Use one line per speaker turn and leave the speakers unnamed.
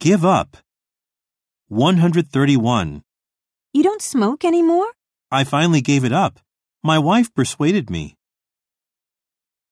Give up. 131.
You don't smoke anymore?
I finally gave it up. My wife persuaded me.